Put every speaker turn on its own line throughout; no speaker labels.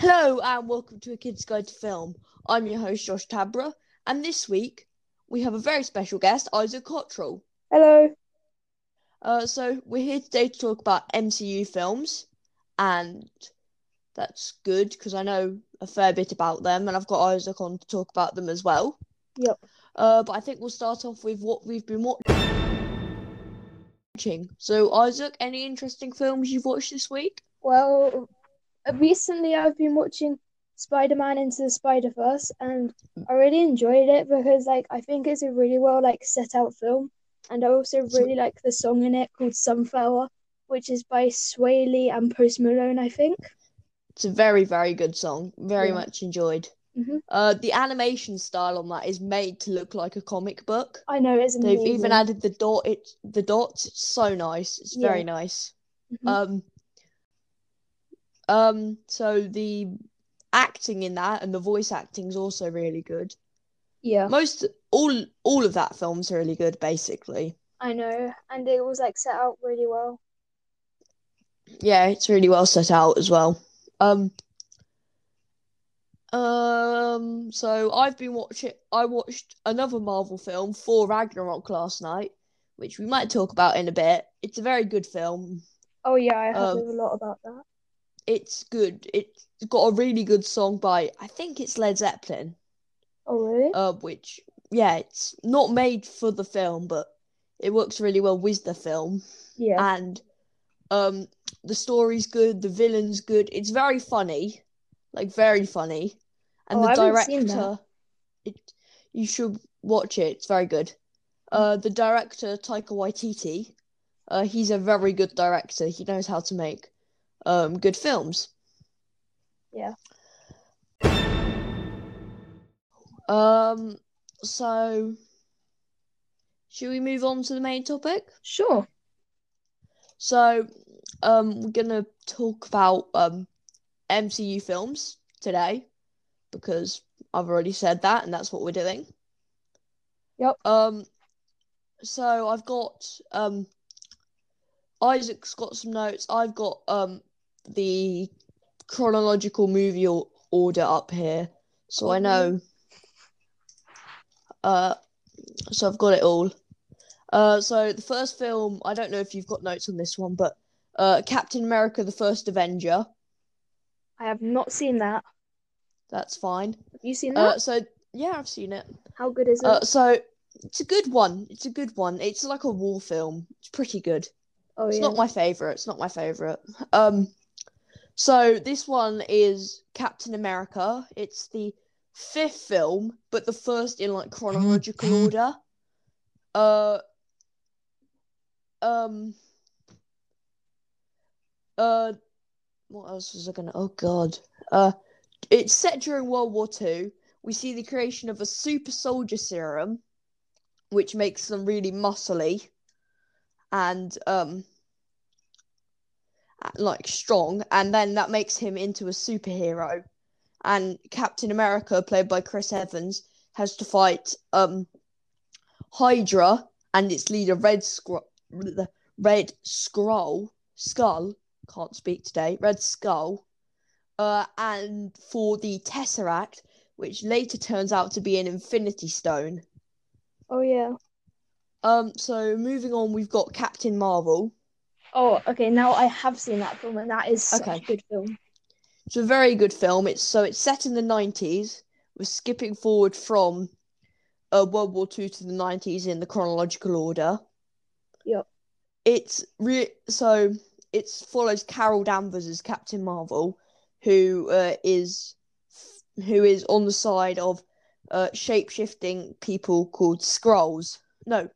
Hello and welcome to A Kid's Guide to Film. I'm your host Josh Tabra, and this week we have a very special guest, Isaac Cottrell.
Hello.
Uh, so we're here today to talk about MCU films, and that's good because I know a fair bit about them, and I've got Isaac on to talk about them as well.
Yep.
Uh, but I think we'll start off with what we've been watching. So Isaac, any interesting films you've watched this week?
Well, recently I've been watching Spider-Man into the Spider-Verse, and I really enjoyed it because, like, I think it's a really well like set out film, and I also
So-
really like the song in it called "Sunflower," which is by Swae Lee and Post Malone, I think.
It's a very, very good song. Very
Yeah.
much enjoyed.
Mhm.
Uh, the animation style on that is made to look like a comic book.
I know it's
They've
amazing.
even added the dot. It the dots. It's so nice. It's
Yeah.
very nice.
Mhm.
Um. Um. So the acting in that and the voice acting is also really good.
yeah,
Most all all of that film's really good, basically.
I know, and it was like set out really well.
Yeah, it's really well set out as well. Um. Um. So I've been watching. I watched another Marvel film, Thor Ragnarok, last night, which we might talk about in a bit. It's a very good film.
Oh yeah, I heard
Um,
a lot about that.
It's good. It's got a really good song by I think it's Led Zeppelin.
Oh really?
Uh, which yeah, it's not made for the film, but it works really well with the film.
yeah.
and um the story's good the villain's good it's very funny like very funny and
Oh,
the
I haven't
director
seen that.
it you should watch it it's very good uh the director Taika Waititi uh he's a very good director he knows how to make um good films
Yeah.
um so should we move on to the main topic
Sure.
so, um, we're gonna talk about um MCU films today because I've already said that, and that's what we're doing.
Yep.
Um, so I've got um Isaac's got some notes. I've got um the chronological movie or- order up here, so I
Okay.
know. Uh, so I've got it all. Uh, so the first film, I don't know if you've got notes on this one, but uh, Captain America: The First Avenger.
I have not seen that.
That's fine.
Have you seen that?
Uh, so yeah, I've seen it.
How good is it?
Uh, so it's a good one. It's a good one. It's like a war film. It's pretty good.
oh
It's
yeah.
not my favorite. It's not my favorite. Um, so this one is Captain America. It's the fifth film, but the first in like chronological order. Uh, um, uh, what else was I gonna? Oh God. Uh, it's set during World War Two. We see the creation of a super soldier serum, which makes them really muscly, and um like strong, and then that makes him into a superhero. And Captain America, played by Chris Evans, has to fight um Hydra and its leader Red Scro- the Red Scroll Skull. Can't speak today. Red Skull, uh, and for the Tesseract, which later turns out to be an Infinity Stone.
oh yeah.
Um, so moving on, we've got Captain Marvel.
Oh, okay. Now I have seen that film, and that is such
Okay.
a good film.
It's a very good film. It's so it's set in the nineties. We're skipping forward from uh, World War Two to the nineties in the chronological order.
Yep.
It's re- so it follows Carol Danvers as Captain Marvel, who uh, is who is on the side of uh, shape shifting people called Skrulls. No.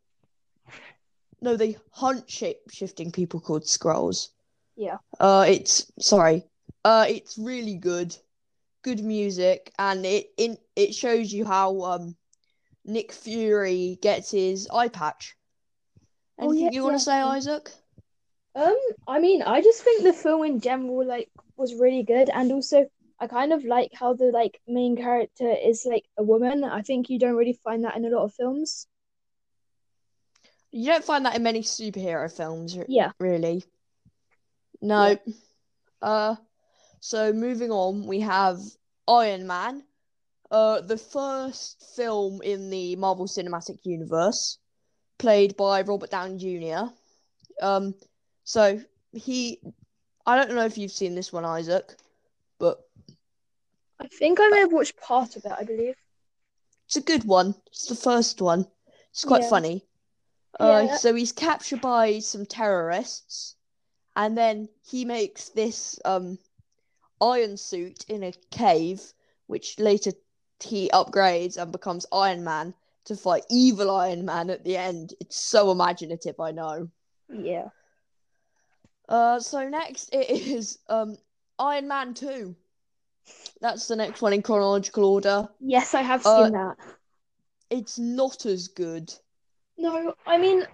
No, they hunt shape shifting people called Skrulls.
Yeah.
Uh, it's sorry. Uh, it's really good, good music, and it in it shows you how um Nick Fury gets his eye patch.
Oh,
Anything
yeah,
you want
yeah.
to say, Isaac?
Um, I mean, I just think the film in general, like, was really good, and also I kind of like how the like main character is like a woman. I think you don't really find that in a lot of films.
You don't find that in many superhero films, r-
Yeah.
really. No. Uh, So moving on, we have Iron Man, uh, the first film in the Marvel Cinematic Universe, played by Robert Downey Jr. Um, so he, I don't know if you've seen this one, Isaac, but
I think I may have watched part of it, I believe.
it's a good one. It's the first one. It's quite
Yeah.
funny. Uh,
Yeah.
So he's captured by some terrorists, and then he makes this um iron suit in a cave, which later he upgrades and becomes Iron Man to fight evil Iron Man at the end. It's so imaginative, I know.
Yeah.
Uh, so next it is um Iron Man Two. That's the next one in chronological order.
Yes, I have
Uh,
seen that.
It's not as good.
No, I mean,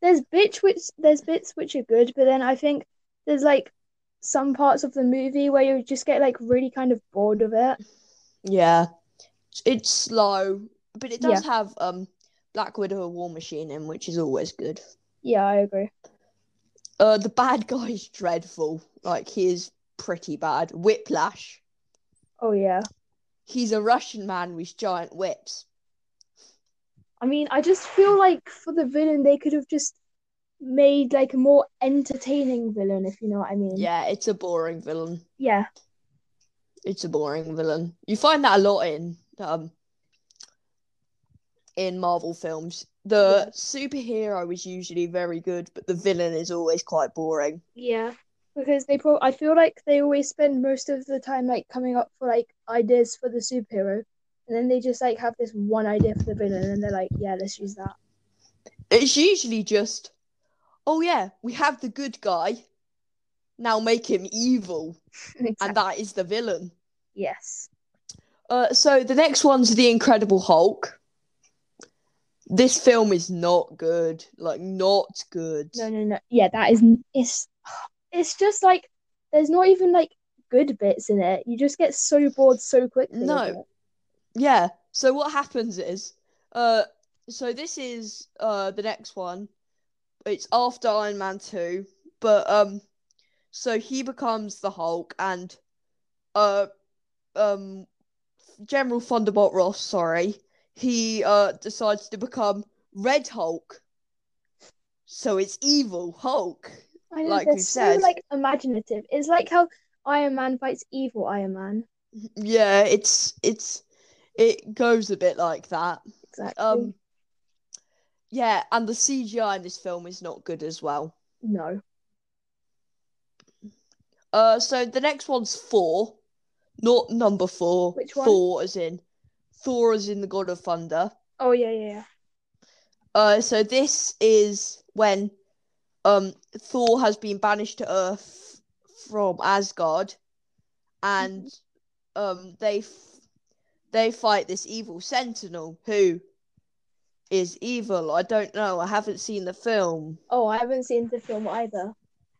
there's bits which there's bits which are good, but then I think there's like some parts of the movie where you just get like really kind of bored of it.
Yeah, it's slow, but it does have um Black Widow and War Machine in, which is always good.
Yeah, I agree.
Uh, the bad guy is dreadful. Like he is pretty bad. Whiplash.
Oh yeah.
He's a Russian man with giant whips.
I mean, I just feel like for the villain they could have just made like a more entertaining villain, if you know what I mean.
Yeah, it's a boring villain.
Yeah.
It's a boring villain. You find that a lot in um in Marvel films. The superhero is usually very good, but the villain is always quite boring.
Yeah. Because they pro I feel like they always spend most of the time like coming up for like ideas for the superhero. And then they just like have this one idea for the villain and they're like, yeah, let's use that.
It's usually just, oh yeah, we have the good guy. Now make him evil, and that is the villain.
Yes.
Uh, so the next one's The Incredible Hulk. This film is not good, like not good.
No, no, no. Yeah, that is n- it's it's just like there's not even like good bits in it. You just get so bored so quickly. of
No.
it.
Yeah. So what happens is, uh, so this is uh the next one. It's after Iron Man two, but um, so he becomes the Hulk and, uh, um, General Thunderbolt Ross. Sorry, he uh decides to become Red Hulk. So it's evil Hulk.
I know,
like
they're
we
so
said.
like imaginative. It's like how Iron Man fights evil Iron Man.
Yeah, it's it's it goes a bit like that.
Exactly.
Um, yeah, and the CGI in this film is not good as well.
no.
Uh, so the next one's Thor, not number four.
Which one?
Thor, as in Thor, as in the God of Thunder.
Oh yeah, yeah, yeah.
Uh, so this is when um Thor has been banished to Earth from Asgard, and
Mm-hmm.
um they f- they fight this evil Sentinel who is evil. I don't know. I haven't seen the film.
Oh, I haven't seen the film either.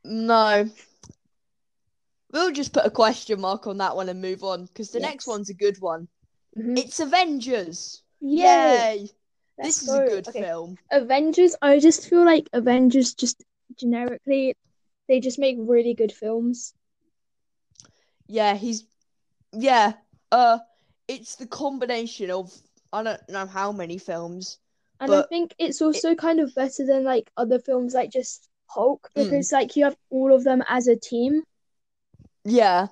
No. We'll just put a question mark on that one and move on because the next
Yes.
one's a good one.
Mhm.
It's Avengers.
Yay! Let's
This is a
go.
good
Okay.
film.
Avengers, I just feel like Avengers just generically they just make really good films.
Yeah, he's yeah. Uh it's the combination of I don't know how many films.
And I
But-
think it's also kind of better than like other films like just Hulk
Mm.
because like you have all of them as a team.
Yeah.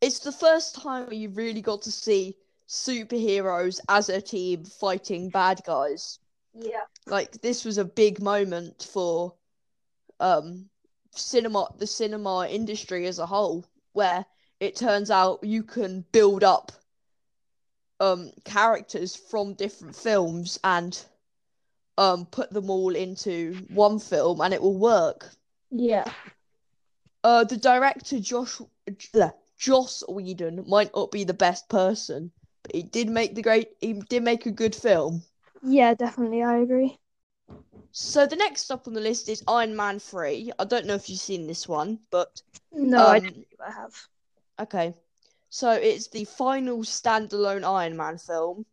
It's the first time where you really got to see superheroes as a team fighting bad guys.
Yeah.
like this was a big moment for um cinema the cinema industry as a whole where it turns out you can build up um characters from different films and um put them all into one film and it will work
Yeah.
uh the director Josh J- Joss Whedon might not be the best person but he did make the great he did make a good film
Yeah, definitely, I agree.
So the next up on the list is Iron Man 3. I don't know if you've seen this one, but
No, I don't
um,
think I have.
okay. So it's the final standalone Iron Man film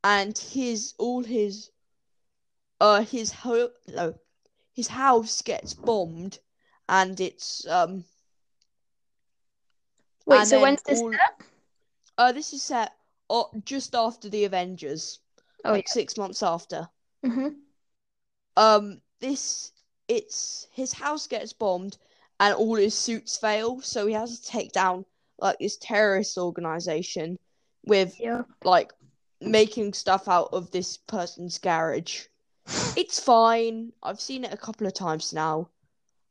and his all his uh his ho- no, his house gets bombed and it's um
Wait,
And
so
then
when's this
all-
set?
Uh, this is set uh, just after the Avengers,
Oh,
like six months after.
yeah.
Mm-hmm.
Mhm.
Um, this it's his house gets bombed and all his suits fail, so he has to take down like this terrorist organization with
Yeah.
like making stuff out of this person's garage. It's fine. I've seen it a couple of times now.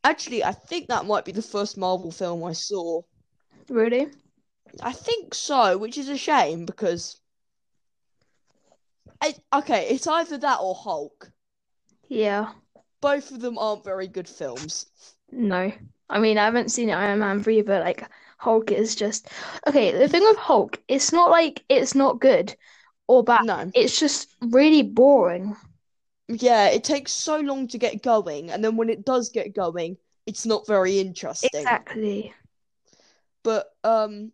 Actually, I think that might be the first Marvel film I saw.
Really?
I think so, which is a shame because I, okay, it's either that or Hulk.
Yeah.
Both of them aren't very good films.
No. I mean, I haven't seen Iron Man 3, but like Hulk is just okay. The thing with Hulk, it's not like it's not good or bad.
No.
It's just really boring.
Yeah, it takes so long to get going, and then when it does get going, it's not very interesting.
Exactly.
But um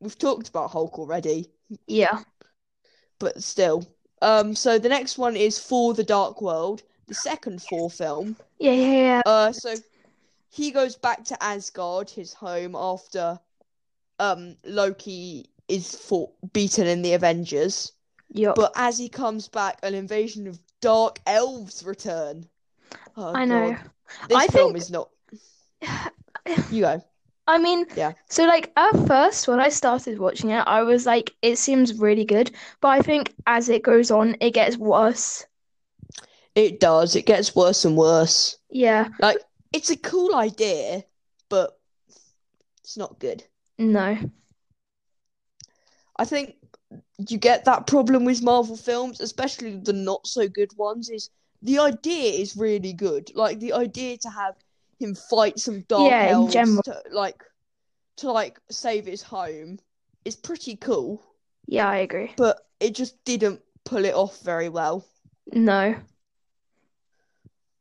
we've talked about Hulk already,
Yeah.
but still. Um so the next one is For the Dark World, the second four film.
Yeah, yeah, yeah.
Uh, so he goes back to Asgard, his home, after um Loki is fought, beaten in the Avengers.
Yup.
But as he comes back, an invasion of dark elves return. Oh,
I know.
God. This
I
film
think-
is not. You go.
I mean,
Yeah.
so like at first when I started watching it, I was like, it seems really good, but I think as it goes on, it gets worse.
It does. It gets worse and worse.
Yeah,
It's a cool idea, but it's not good.
no.
I think you get that problem with Marvel films, especially the not so good ones, is the idea is really good. Like the idea to have him fight some dark
Yeah, in
elves
general.
to like to like save his home is pretty cool,
Yeah, I agree.
but it just didn't pull it off very well.
No.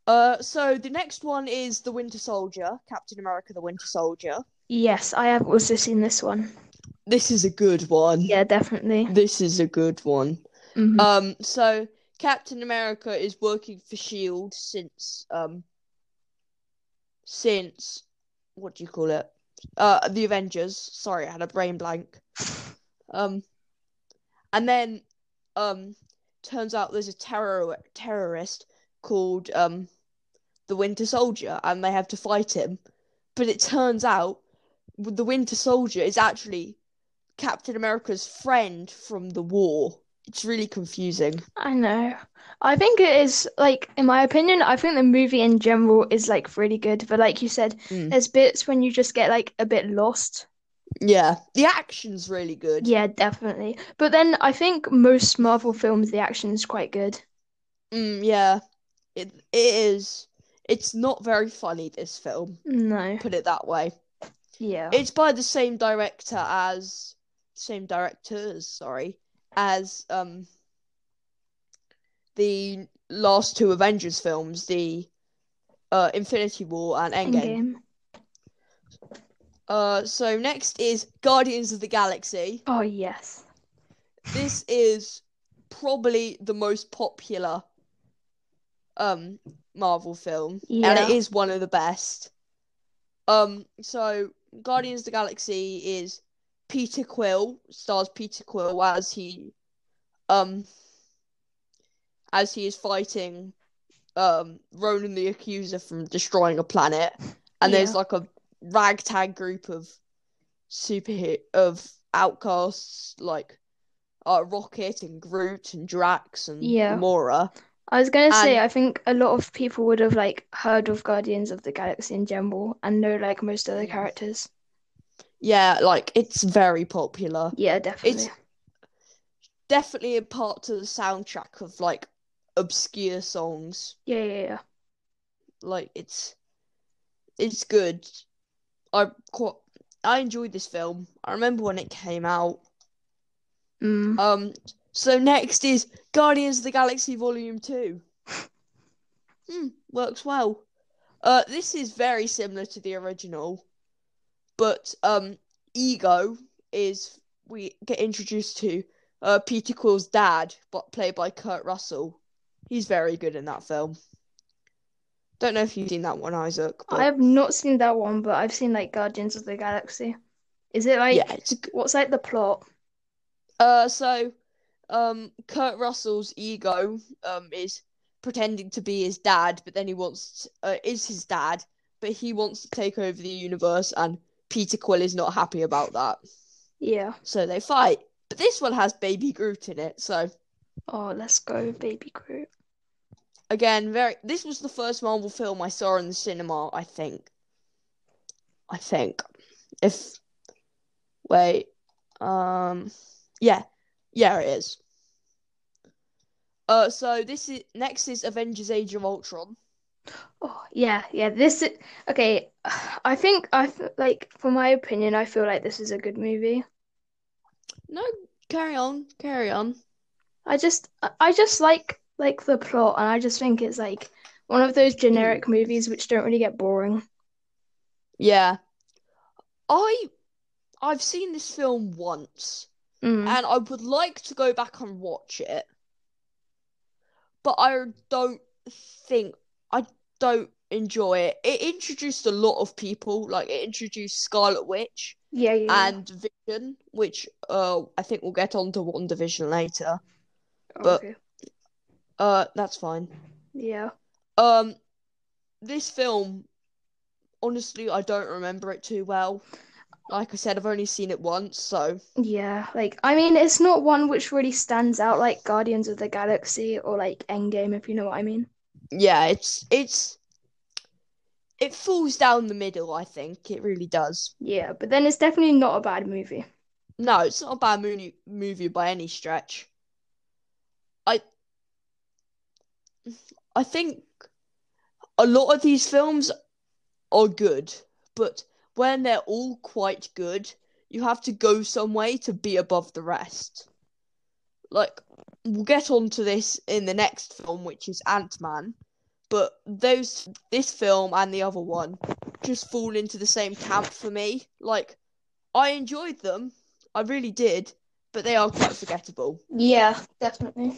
Uh so the next one is The Winter Soldier, Captain America the Winter Soldier.
Yes, I have also seen this one.
This is a good one.
Yeah, definitely.
This is a good one.
Mhm.
Um, so Captain America is working for Shield E since um since what do you call it? Uh, the Avengers. Sorry, I had a brain blank. Um, and then um, turns out there's a terror terrorist called um the Winter Soldier, and they have to fight him. But it turns out the Winter Soldier is actually Captain America's friend from the war. It's really confusing.
I know. I think it is like, in my opinion, I think the movie in general is like really good, but like you said,
Mm.
there's bits when you just get like a bit lost.
Yeah, the action's really good.
Yeah, definitely. But then I think most Marvel films, the action is quite good.
Mm, yeah, it it is. It's not very funny. This film,
No.
put it that way.
Yeah.
It's by the same director as same directors, sorry, as um the last two Avengers films, the uh Infinity War and Endgame. Uh, so next is Guardians of the Galaxy.
Oh yes.
this is probably the most popular um Marvel film.
Yeah.
And it is one of the best. Um so Guardians of the Galaxy is Peter Quill, stars Peter Quill as he um as he is fighting um Ronan the Accuser from destroying a planet. And there's
Yeah.
like a ragtag group of superhero of outcasts like uh, Rocket and Groot and Drax and
Yeah.
Mora.
I was gonna say
And-
I think a lot of people would have like heard of Guardians of the Galaxy in general and know like most other
Mm.
characters.
Yeah, like it's very popular.
Yeah, definitely.
Definitely a part to the soundtrack of like obscure songs.
Yeah, yeah, yeah.
Like it's it's good. I quite I enjoyed this film. I remember when it came out.
Mm.
Um so next is Guardians of the Galaxy Volume 2. Hmm, works well. Uh this is very similar to the original. But um Ego is we get introduced to uh Peter Quill's dad, but played by Kurt Russell. He's very good in that film. Don't know if you've seen that one, Isaac, but
I have not seen that one, but I've seen like Guardians of the Galaxy. Is it like
yeah, it's a g-
what's like the plot?
uh, so um, Kurt Russell's ego um is pretending to be his dad, but then he wants to, uh, is his dad, but he wants to take over the universe, and Peter Quill is not happy about that,
Yeah.
so they fight. But this one has Baby Groot in it, so
Oh, let's go, baby Groot.
again, very. This was the first Marvel film I saw in the cinema. I think. I think. If wait, um, yeah, yeah, it is. Uh, so this is next is Avengers: Age of Ultron.
Oh, yeah, yeah. This is okay. I think I f- like, for my opinion, I feel like this is a good movie.
No, carry on, carry on.
I just, I- I just like like the plot, and I just think it's like one of those generic
Mm.
movies which don't really get boring.
Yeah, I I've seen this film once.
Mm.
and I would like to go back and watch it, but I don't think I don't enjoy it. It introduced a lot of people, like it introduced Scarlet Witch
Yeah, yeah, yeah.
and Vision, which uh I think we'll get onto One Division later. but-
Okay.
Uh, that's fine.
Yeah.
Um, this film, honestly, I don't remember it too well. Like I said, I've only seen it once, so
Yeah, like I mean, it's not one which really stands out like Guardians of the Galaxy or like Endgame, if you know what I mean.
yeah, it's it's it falls down the middle. I think it really does.
Yeah, but then it's definitely not a bad movie.
No, it's not a bad movie, movie by any stretch. I I think a lot of these films are good, but when they're all quite good, you have to go some way to be above the rest. Like we'll get onto this in the next film, which is Ant Man, but those this film and the other one just fall into the same camp for me. Like I enjoyed them, I really did, but they are quite forgettable.
Yeah, definitely.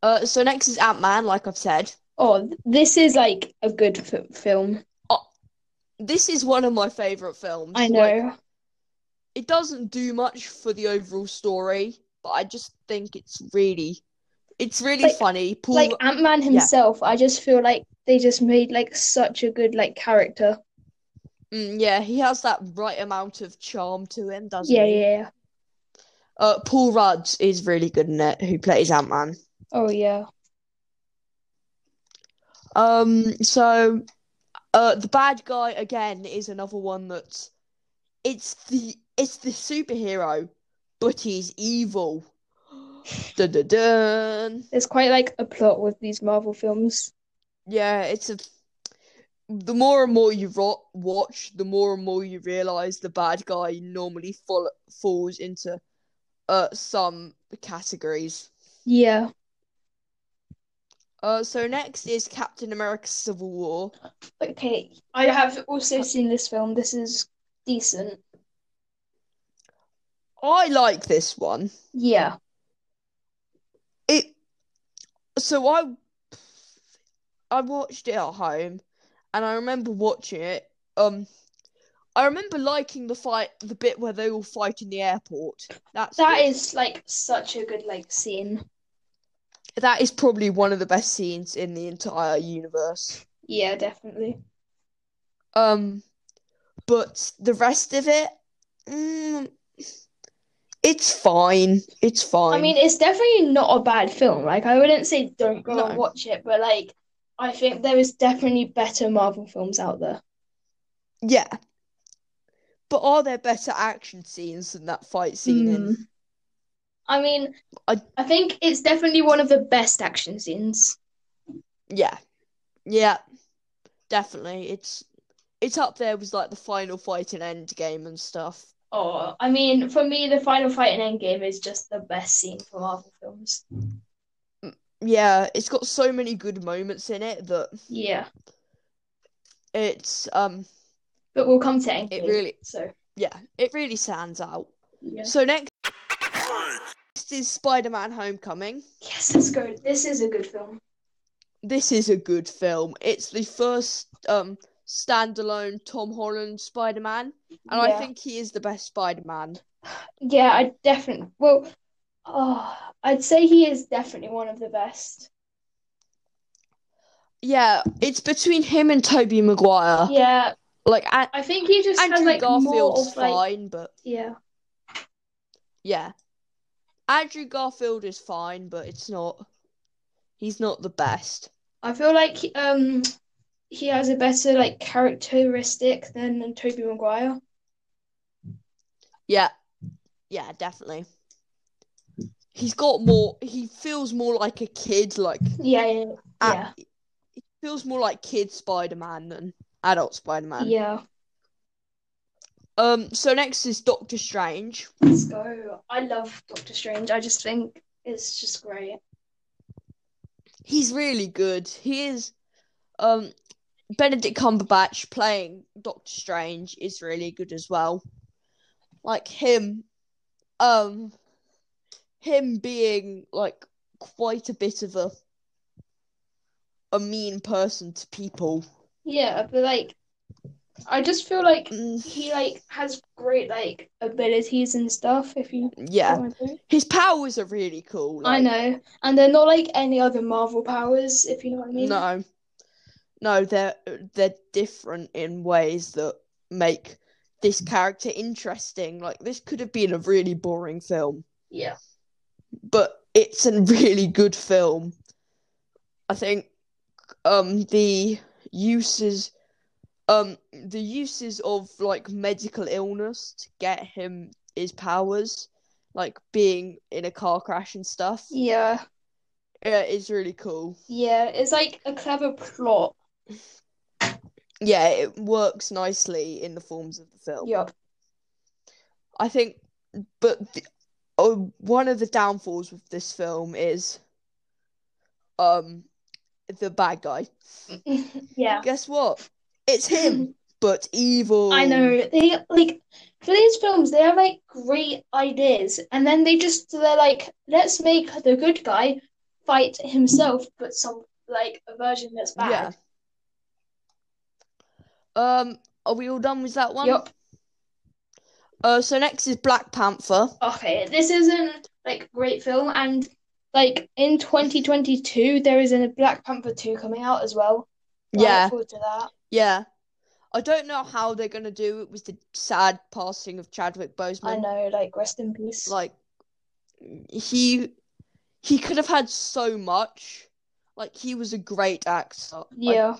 Uh, so next is Ant Man, like I've said.
Oh, th- this is like a good f film.
This is one of my favourite films.
I
Like,
know.
it doesn't do much for the overall story, but I just think it's really, it's really
Like-
funny. Paul,
Like Ant-Man himself, I just feel like they just made like such a good like character.
Mm, yeah, he has that right amount of charm to him, doesn't
Yeah,
he?
yeah, yeah.
Uh, Paul Rudd is really good in it, who plays Ant Man.
Oh yeah.
Um, so, uh, the bad guy again is another one that's it's the it's the superhero, but he's evil. Dun dun dun.
There's quite like a plot with these Marvel films.
Yeah, it's a. The more and more you ro- watch, the more and more you realize the bad guy normally fall- falls into uh some categories.
Yeah.
Uh, so next is Captain America: Civil War.
Okay. I have also seen this film. This is decent.
I like this one.
Yeah.
It so I I watched it at home and I remember watching it. Um I remember liking the fight the bit where they all fight in the airport. That's
That
good.
is like such a good like scene.
that is probably one of the best scenes in the entire universe.
Yeah, definitely.
Um but the rest of it mm, it's fine. It's fine.
I mean, it's definitely not a bad film. Like, I wouldn't say don't go
No.
and watch it, but like, I think there is definitely better Marvel films out there.
yeah. But are there better action scenes than that fight scene
Hmm.
in?
I mean,
I-
I, think it's definitely one of the best action scenes.
Yeah. Yeah. Definitely. It's it's up there with like the final fight in Endgame and stuff.
Oh, I mean, for me, the final fight in Endgame is just the best scene for Marvel films.
Yeah, it's got so many good moments in it that
Yeah,
it's um
but we'll come to Endgame.
it really
So,
yeah, it really stands out.
yeah.
So next is Spider-Man Homecoming.
Yes, let's go. This is a good film.
This is a good film. It's the first um standalone Tom Holland Spider Man, and I
Yeah.
think he is the best Spider Man.
Yeah, I definitely. Well, oh, I'd say he is definitely one of the best.
Yeah, it's between him and Toby Maguire.
Yeah,
Like a-
I think he just has
Andrew
like more
Garfield's
of like
fine, but
yeah,
yeah, Andrew Garfield is fine, but it's not. He's not the best.
I feel like um he has a better like characteristic than Toby Maguire.
Yeah, yeah, definitely. He's got more. He feels more like a kid. Like
Yeah, yeah,
a- he feels more like kid Spider Man than adult Spider Man.
yeah.
Um. So next is Doctor Strange.
Let's go. I love Doctor Strange. I just think it's just great.
He's really good. He is. Um, Benedict Cumberbatch playing Doctor Strange is really good as well. Like him, um, him being like quite a bit of a a mean person to people.
Yeah, but like I just feel like
Mm,
he like has great like abilities and stuff if you
yeah, his powers are really cool.
I
like-
know. And they're not like any other Marvel powers, if you know what I mean.
No, no, they're they're different in ways that make this character interesting. Like this could have been a really boring film,
Yeah.
but it's a really good film. I think um the uses um the uses of like medical illness to get him his powers, like being in a car crash and stuff,
Yeah.
yeah, is really cool.
Yeah. It's like a clever plot.
yeah, it works nicely in the forms of the film.
Yep.
I think, but the, oh, one of the downfalls with this film is, um, the bad guy.
Mm. Yeah.
Guess what? It's him, but evil.
I know. They like for these films they have like great ideas and then they just they're like, let's make the good guy fight himself, but some like a version that's
Yeah.
bad.
Um, are we all done with that one?
Yep.
Uh, so next is Black Panther.
Okay, this isn't like great film, and like in 2022, there is a Black Panther 2 coming out as well. I look
Yeah,
forward to that.
yeah. I don't know how they're gonna do it with the sad passing of Chadwick Boseman.
I know, like, rest in peace.
like he he could have had so much like he was a great actor Like,
yeah,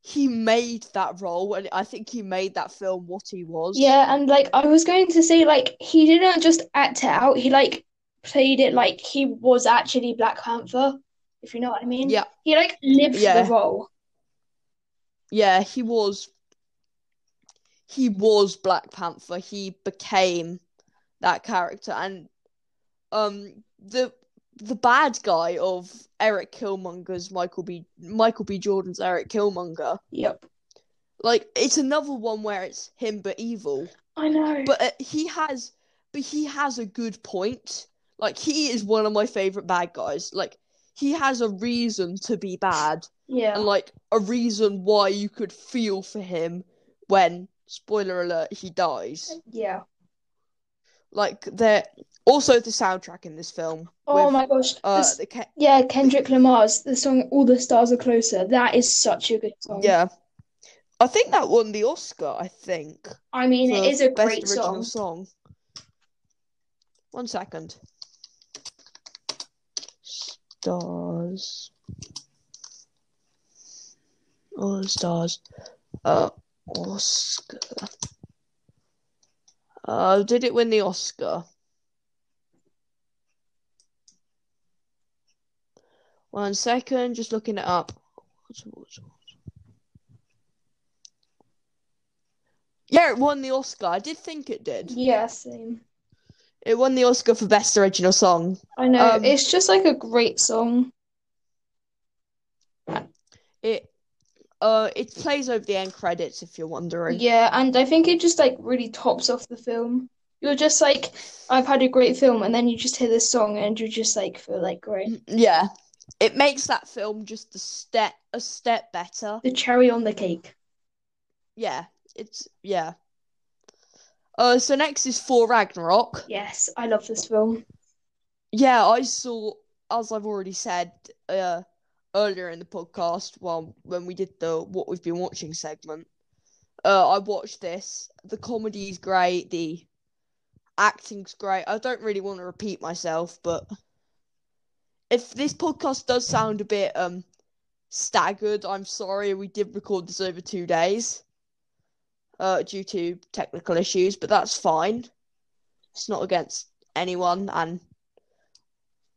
he made that role and i think he made that film what he was
yeah, and like, I was going to say, like, he didn't just act it out, he like played it like he was actually Black Panther, if you know what I mean.
Yeah.
he like lived for
Yeah.
the role.
yeah he was he was black panther he became that character and um the the bad guy of eric killmonger's michael b michael b jordan's eric killmonger
Yep,
like it's another one where it's him but evil
I know.
but uh, he has but he has a good point like he is one of my favorite bad guys like he has a reason to be bad and
yeah,
like a reason why you could feel for him when spoiler alert he dies
yeah.
like there also the soundtrack in this film
Oh
with,
my gosh,
uh
this,
the ca-
yeah, Kendrick Lamar's the song "All the Stars Are Closer." That is such a good song.
yeah i think that won the oscar i think
I mean, it
for
is a
best
great
original song.
song.
One second. Stars. All the stars. Uh, Oscar. Uh, did it win the Oscar? One second, just looking it up. Yeah, it won the Oscar. I did think it did.
Yeah, same.
It won the Oscar for Best Original Song.
I know.
Um,
it's just like a great song.
It uh it plays over the end credits if you're wondering.
Yeah, and I think it just like really tops off the film. You're just like, I've had a great film, and then you just hear this song and you just like feel like great.
Mm, Yeah. it makes that film just a step a step better.
The cherry on the cake.
Yeah, it's yeah. Uh, so next is Thor Ragnarok.
Yes, I love this film.
Yeah, I saw as I've already said uh, earlier in the podcast, well, when we did the what we've been watching segment. Uh, I watched this. The comedy's great. The acting's great. I don't really want to repeat myself, but if this podcast does sound a bit um staggered, I'm sorry. We did record this over two days uh, due to technical issues, but that's fine. It's not against anyone, and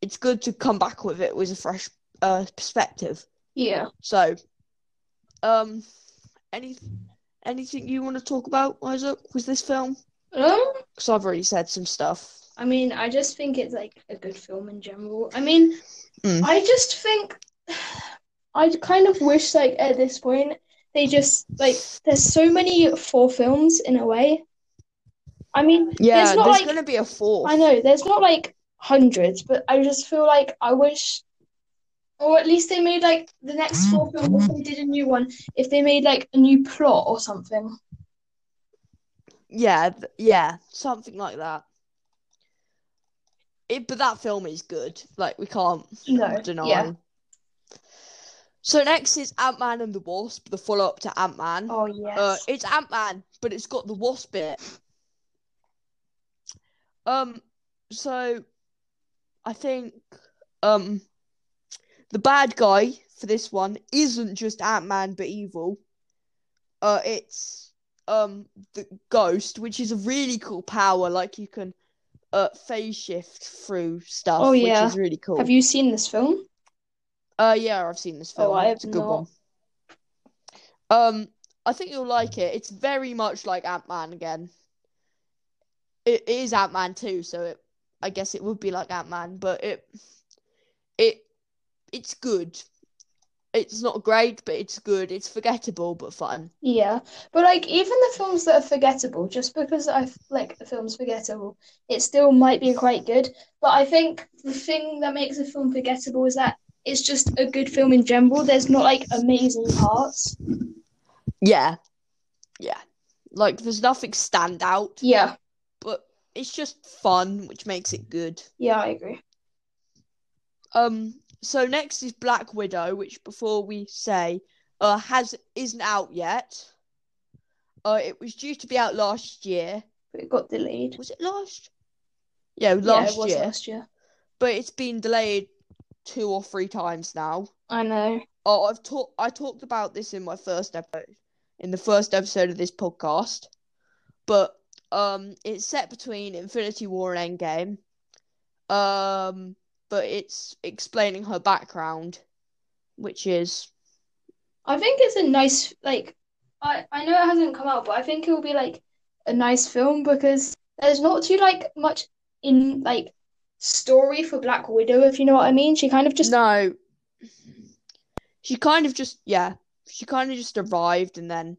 it's good to come back with it with a fresh uh, perspective.
Yeah.
So, um, any anything you want to talk about, Isaac, with this film?
Um,
Because I've already said some stuff.
I mean, I just think it's like a good film in general. I mean,
Mm.
I just think I kind of wish like at this point they just like there's so many four films in a way. I mean,
Yeah,
there's not
there's
like
gonna be a fourth.
I know there's not like hundreds, but I just feel like I wish, or at least they made like the next four film if they did a new one, if they made like a new plot or something.
Yeah, th- yeah, something like that. It, but that film is good. Like we can't
No,
deny.
yeah.
So next is Ant Man and the Wasp, the follow up to Ant Man.
Oh yes.
Uh, it's Ant Man, but it's got the wasp in it. Um, so I think um the bad guy for this one isn't just Ant Man but evil. Uh, it's um the ghost, which is a really cool power. Like you can uh phase shift through stuff,
Oh, yeah.
which is really cool.
Have you seen this film?
Uh, yeah, I've seen this
Oh,
film.
I have
it's a good
not.
one. Um, I think you'll like it. It's very much like Ant Man again. It, it is Ant Man too, so it, I guess it would be like Ant Man, but it, it, it's good. It's not great, but it's good. It's forgettable but fun.
Yeah, but like even the films that are forgettable, just because I f- like a film's forgettable, it still might be quite good. But I think the thing that makes a film forgettable is that it's just a good film in general. There's not like amazing parts.
Yeah, yeah. Like there's nothing stand out,
Yeah,
but it's just fun, which makes it good.
yeah, I agree.
Um, so next is Black Widow, which before we say, uh, has isn't out yet. Uh, it was due to be out last year.
But it got delayed.
Was it last? Yeah,
Yeah,
last
it was
year.
last year.
But it's been delayed two or three times now.
I know.
Oh, I've talked. I talked about this in my first episode, in the first episode of this podcast. But um, it's set between Infinity War and Endgame. Um, but it's explaining her background, which is
I think it's a nice like I I know it hasn't come out, but I think it will be like a nice film because there's not too like much in like story for Black Widow, if you know what I mean. She kind of just
no. She kind of just yeah. She kind of just arrived and then.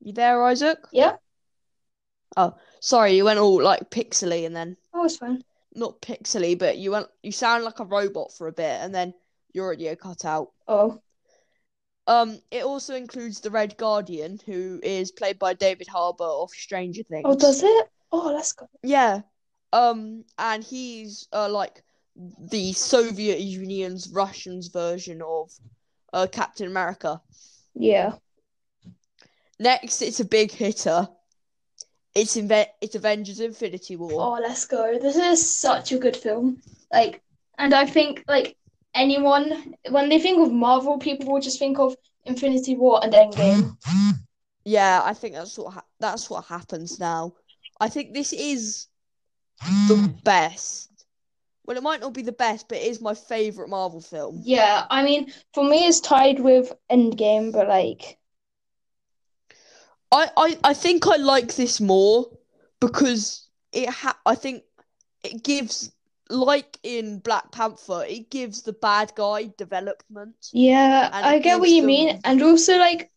You there, Isaac? Oh,
Yeah.
Sorry, you went all like pixely and then
Oh, it's fine.
not pixely, but you went you sound like a robot for a bit and then your audio cut out.
Oh,
Um, it also includes the Red Guardian, who is played by David Harbour of Stranger Things.
oh, does it? Oh, let's go.
Yeah. Um, and he's uh like the Soviet Union's Russians version of uh Captain America.
Yeah.
Next, it's a big hitter. It's inve- it's Avengers Infinity War.
Oh, let's go. This is such a good film. Like, and I think like anyone when they think of Marvel, people will just think of Infinity War and Endgame.
Yeah, I think that's what ha- that's what happens now. I think this is the best. Well, it might not be the best, but it is my favorite Marvel film.
Yeah, I mean, for me, it's tied with Endgame, but like.
I, I, I think I like this more because it ha- I think it gives like in Black Panther, it gives the bad guy development.
Yeah,
and
I
it
get what
gives
you
them-
mean. And also, like,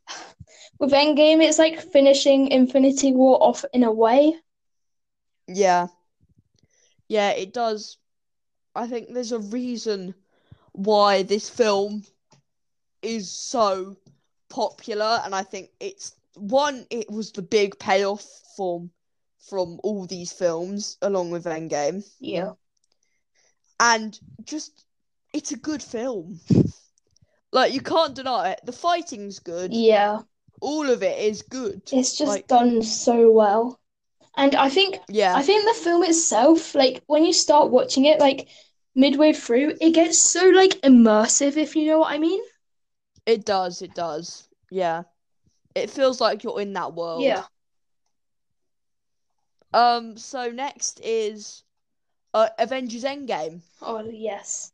with Endgame, it's like finishing Infinity War off in a way.
Yeah. Yeah, it does I think there's a reason why this film is so popular, and I think it's one. It was the big payoff from from all these films, along with Endgame,
Yeah.
and just it's a good film. Like you can't deny it. The fighting's good.
Yeah.
All of it is good.
It's just
Like-
done so well. And I think
Yeah.
I think the film itself, like when you start watching it, like midway through, it gets so like immersive, if you know what I mean.
It does, it does. Yeah. It feels like you're in that world.
Yeah.
Um, so next is uh, Avengers Endgame.
Oh yes.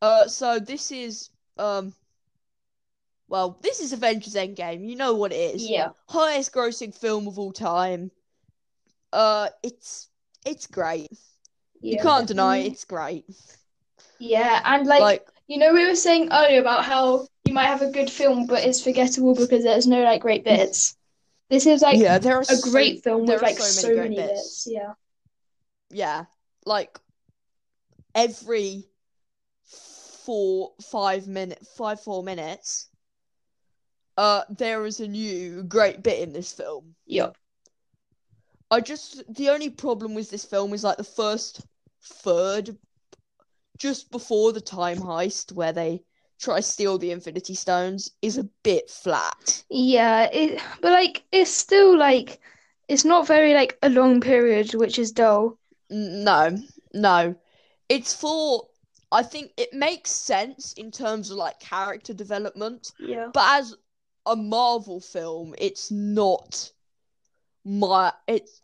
Uh, so this is, um, well, this is Avengers Endgame. You know what it is.
Yeah.
Highest grossing film of all time. Uh, it's it's great. You
Yeah,
can't deny
definitely.
it's great.
Yeah, and like,
Like,
you know we were saying earlier about how you might have a good film but it's forgettable because there's no like great bits. This is like
yeah, there are
a
so-
great film
there
with
are
like
so
so
many
many,
great bits.
bits. Yeah.
yeah, like every four, five minute, five, four minutes, uh, there is a new great bit in this film.
Yep.
I just the only problem with this film is like the first third, just before the time heist where they try to steal the Infinity Stones, is a bit flat.
Yeah, it but like it's still like it's not very like a long period, which is dull.
N- No, no, it's for. I think it makes sense in terms of like character development.
Yeah.
but as a Marvel film, it's not my it's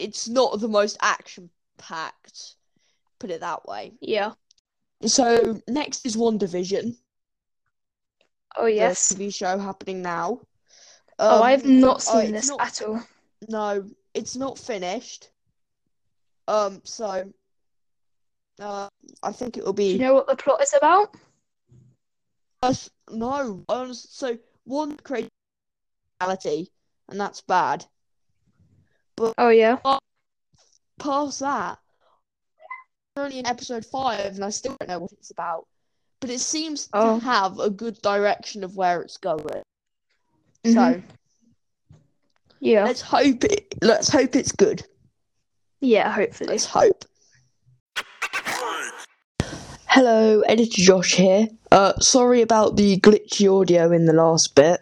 it's not the most action packed. Put it that way.
Yeah.
So next is One Division,
Oh
the
yes.
TV show happening now.
Oh,
Um,
I've not
oh,
seen
it's
this
not-
at all.
no, it's not finished. Um, so uh, I think it will
Do you
be.
know what the plot is about?
Us- no, honest, so one creates reality, and that's bad.
Oh yeah.
past that, we're only in episode five, and I still don't know what it's about. But it seems
Oh.
to have a good direction of where it's going. So
Mhm. Yeah.
let's hope it. Let's hope it's good.
Yeah, hopefully.
Let's uh, hope. Hello, editor Josh here. Uh, sorry about the glitchy audio in the last bit.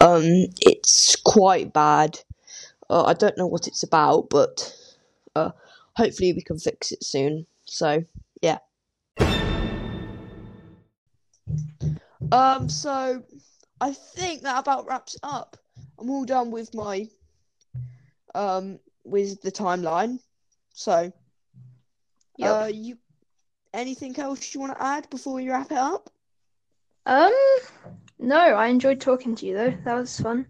Um, it's quite bad. Uh, I don't know what it's about, but uh, hopefully we can fix it soon. So, yeah. Um, so I think that about wraps it up. I'm all done with my um with the timeline. So,
Yep.
uh, you anything else you want to add before we wrap it up?
Um, no, I enjoyed talking to you though. That was fun.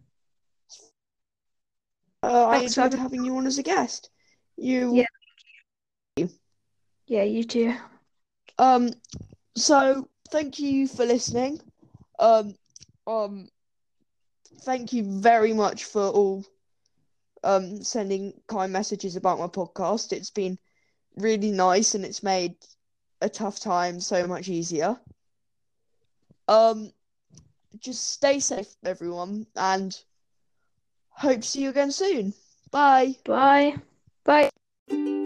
Uh, I
Thanks for
enjoyed having you on as a guest. You
Yeah. Yeah, you too.
um, so thank you for listening. Um, um, thank you very much for all um sending kind messages about my podcast. It's been really nice and it's made a tough time so much easier. Um, just stay safe, everyone, and hope to see you again soon. Bye.
Bye. Bye.